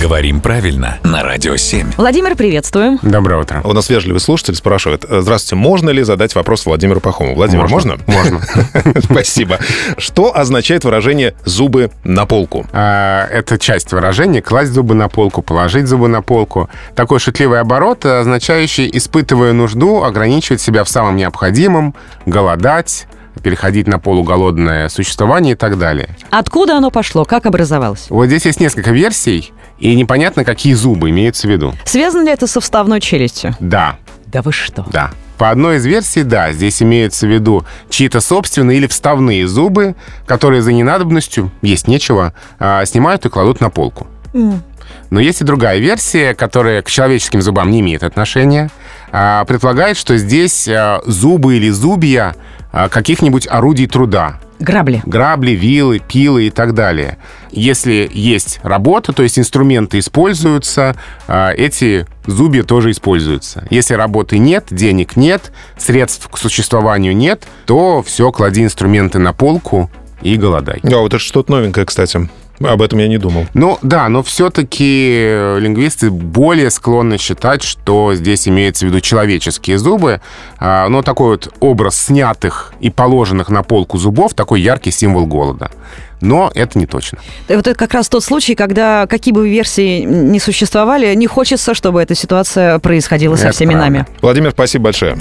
Говорим правильно на Радио 7. Владимир, приветствуем. Доброе утро. У нас вежливый слушатель спрашивает. э, Здравствуйте, можно ли задать вопрос Владимиру Пахомову? Владимир, можно? Можно. Спасибо. Что означает выражение «зубы на полку»? А, Это часть выражения «класть зубы на полку», «положить зубы на полку». Такой шутливый оборот, означающий, испытывая нужду, ограничивать себя в самом необходимом, голодать, переходить на полуголодное существование и так далее. Откуда оно пошло? Как образовалось? Вот здесь есть несколько версий, и непонятно, какие зубы имеются в виду. Связано ли это со вставной челюстью? Да, Да вы что? Да. По одной из версий, да, здесь имеются в виду чьи-то собственные или вставные зубы, которые за ненадобностью, есть нечего, а, снимают и кладут на полку. Но есть и другая версия, которая к человеческим зубам не имеет отношения, а, предполагает, что здесь а, зубы или зубья а, каких-нибудь орудий труда, Грабли. грабли, вилы, пилы и так далее. Если есть работа, то есть инструменты используются, а, эти зубья тоже используются. Если работы нет, денег нет, средств к существованию нет, то все, клади инструменты на полку и голодай. А, вот это что-то новенькое, кстати. Об этом я не думал. Ну да, но все-таки лингвисты более склонны считать, что здесь имеется в виду человеческие зубы. А, Но такой вот образ снятых и положенных на полку зубов такой яркий символ голода. Но это не точно. И Э, Вот это как раз тот случай, когда какие бы версии не существовали, не хочется, чтобы эта ситуация происходила со Это всеми правда. нами. Владимир, спасибо большое.